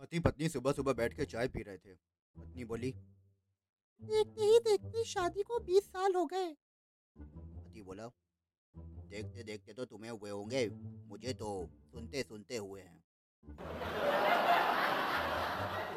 पति पत्नी सुबह सुबह बैठ के चाय पी रहे थे पत्नी बोली देखते ही देखते तो शादी को बीस साल हो गए पति बोला देखते देखते तो तुम्हें हुए होंगे मुझे तो सुनते सुनते हुए हैं